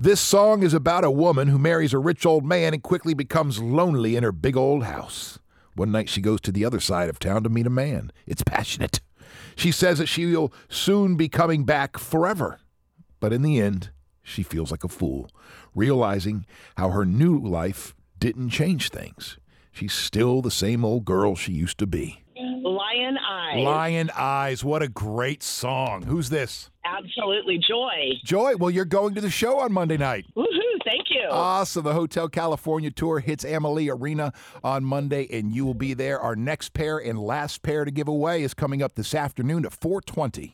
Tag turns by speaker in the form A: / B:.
A: This song is about a woman who marries a rich old man and quickly becomes lonely in her big old house. One night she goes to the other side of town to meet a man. It's passionate. She says that she will soon be coming back forever. But in the end, she feels like a fool, realizing how her new life didn't change things. She's still the same old girl she used to be.
B: Lion Eye.
A: Lion Eyes, what a great song. Who's this?
B: Absolutely. Joy.
A: Joy, well, you're going to the show on Monday night.
B: Woohoo. Thank you.
A: Awesome. The Hotel California tour hits Amalie Arena on Monday, and you will be there. Our next pair and last pair to give away is coming up this afternoon at 420.